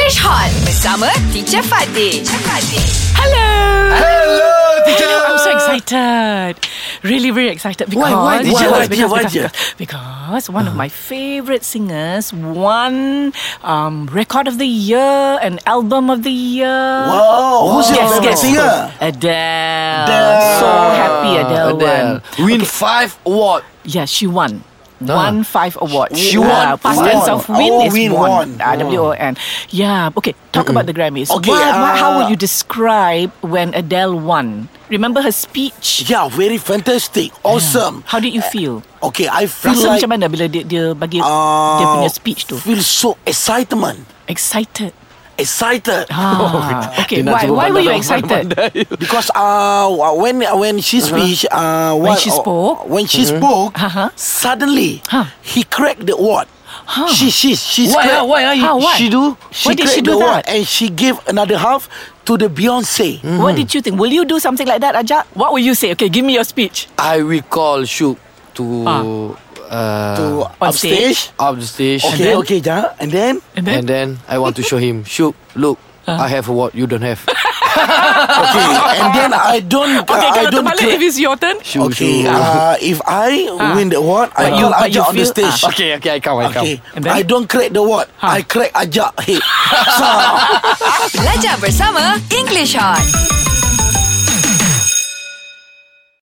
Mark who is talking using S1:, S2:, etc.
S1: Fresh Hot bersama Teacher Fatih. Teacher Fatih. Hello.
S2: Hello, teacher.
S3: Hello, I'm so excited. Really, very excited because
S2: why, teacher? Why,
S3: because,
S2: why, Uh-huh.
S3: because,
S2: teacher?
S3: because, because one of my favorite singers won um, record of the year and album of the year.
S4: Oh,
S2: Wow, who's your
S3: Yes,
S2: favorite
S3: yes.
S2: singer?
S3: Adele.
S2: Adele.
S3: So happy Adele, won.
S4: Win five award.
S3: Yeah, she won. Won five awards.
S4: She
S3: Uh,
S4: won.
S3: past
S2: Won.
S3: tense of win
S2: Oh,
S3: is
S2: win,
S3: won.
S2: won.
S3: Uh, W-O-N. Yeah. Okay. Talk about the Grammys. What-
S2: Okay,
S3: what- how
S2: uh,
S3: would you describe when Adele won? Remember her speech?
S2: Yeah, very fantastic, awesome.
S3: How did you feel?
S2: Okay, I feel
S3: Rasa
S2: like
S3: macam mana bila dia, dia bagi
S2: uh,
S3: dia punya speech tu?
S2: Feel so excitement,
S3: Excited.
S2: excited.
S3: Ah, okay.
S4: Dia nak
S3: Why,
S4: cuba
S3: why were
S4: pandang
S3: you excited?
S4: pandai-pandai.
S2: Because uh, when when she speech, uh,
S3: Uh-huh. When
S2: what-
S3: she spoke?
S2: when she spoke,
S3: Uh-huh.
S2: suddenly
S3: Huh.
S2: he cracked the award. She she she.
S4: Why, ah?
S2: cracked-
S4: Why, ah?
S3: How, why?
S2: She do. She
S3: Why did she
S2: cracked
S3: do
S2: the award
S3: that? Hmm.
S2: And she gave another half to the Beyonce.
S3: What did you think? Will you do something like that, Ajak? What will you say? Okay, give me your speech.
S4: I will call Shuk to
S3: Ah.
S4: uh,
S2: To
S3: On
S2: upstage.
S4: up the stage.
S2: Okay, okay, jangan. And then
S3: And then, Uh-huh.
S4: And then I want to show him, Shuk, look, I have what you don't have.
S2: okay, and then I don't.
S3: okay, kalau
S2: I don't.
S3: terbalik,
S2: cra-
S3: if it's your turn.
S4: Shuk,
S2: Okay,
S4: Shuk.
S3: Ah.
S2: uh, if I win the award, I
S3: But you-
S2: call
S3: but you
S2: Ajak on the
S3: feel- ah,
S2: stage.
S4: okay, okay, I come, I come.
S2: Okay,
S3: And then?
S2: I don't crack the award.
S3: Ah.
S2: I crack Ajak head. so,
S1: Belajar bersama English Hot.